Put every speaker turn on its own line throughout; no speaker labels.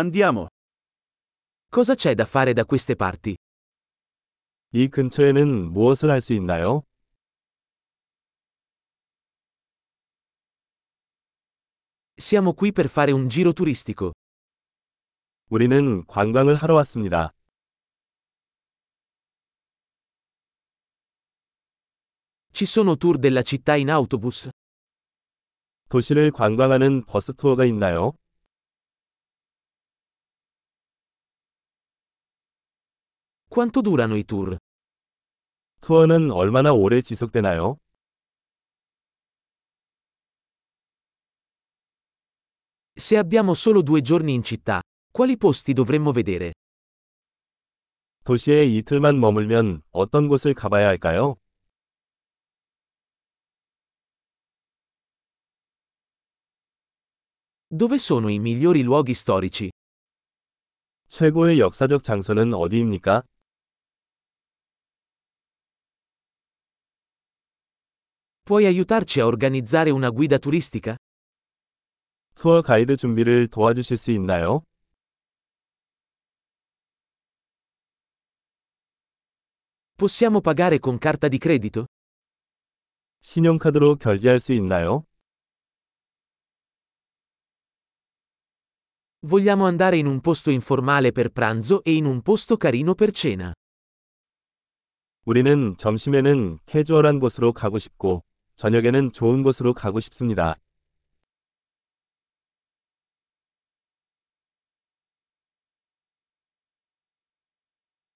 Andiamo.
Cosa c'è da fare da queste parti?
이 근처에는 무엇을 할 수 있나요?
Siamo qui per fare un giro turistico.
우리는 관광을 하러 왔습니다.
Ci sono tour della città in autobus?
도시를 관광하는 버스 투어가 있나요?
Quanto durano i tour?
투어는 얼마나 오래 지속되나요?
Se abbiamo solo due giorni in città, quali posti dovremmo vedere?
도시에 이틀만 머물면 어떤 곳을 가봐야 할까요?
Dove sono i migliori luoghi storici?
최고의 역사적 장소는 어디입니까?
Puoi aiutarci a organizzare una guida turistica?
투어 가이드 준비를 도와주실 수 있나요?
Possiamo pagare con carta di credito?
신용카드로 결제할 수 있나요?
Vogliamo andare in un posto informale per pranzo e in un posto carino per cena.
우리는 점심에는 캐주얼한 곳으로 가고 싶고, 저녁에는 좋은 곳으로 가고 싶습니다.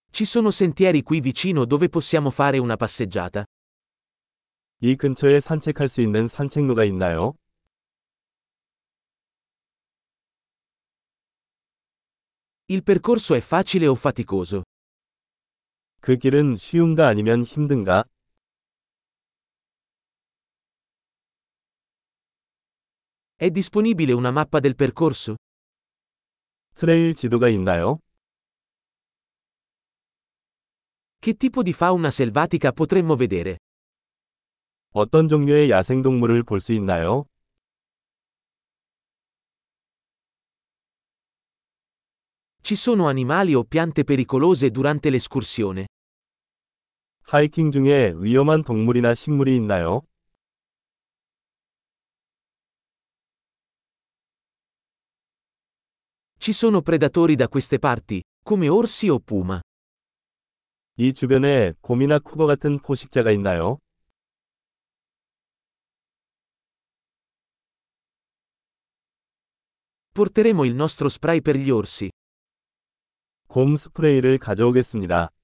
Ci sono sentieri qui vicino dove possiamo fare una passeggiata.
이 근처에 산책할 수 있는 산책로가 있나요?
Il percorso è facile o faticoso?
그 길은 쉬운가 아니면 힘든가?
È disponibile una mappa del percorso?
트레일 지도가 있나요?
Che tipo di fauna selvatica potremmo vedere?
어떤 종류의 야생동물을 볼 수 있나요?
Ci sono animali o piante pericolose durante l'escursione?
하이킹 중에 위험한 동물이나 식물이 있나요?
Ci sono predatori da queste parti, come orsi o puma.
이 주변에 곰이나 쿠거 같은 포식자가 있나요?
Porteremo il nostro spray per gli orsi.
곰 스프레이를 가져오겠습니다.